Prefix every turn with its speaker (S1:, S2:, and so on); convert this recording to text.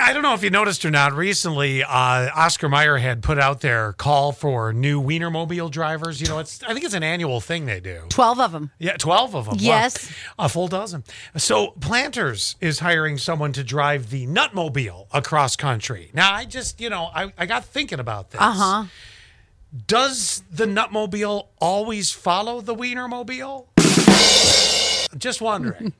S1: I don't know if you noticed or not. Recently, uh, Oscar Mayer had put out their call for new Wienermobile drivers. You know, it's I think it's an annual thing they do.
S2: 12 of them.
S1: Yeah, 12 of them. Wow.
S2: Yes.
S1: A full dozen. So Planters is hiring someone to drive the Nutmobile across country. Now, I just, you know, I, I got thinking about this.
S2: Uh huh.
S1: Does the Nutmobile always follow the Wienermobile? Just wondering.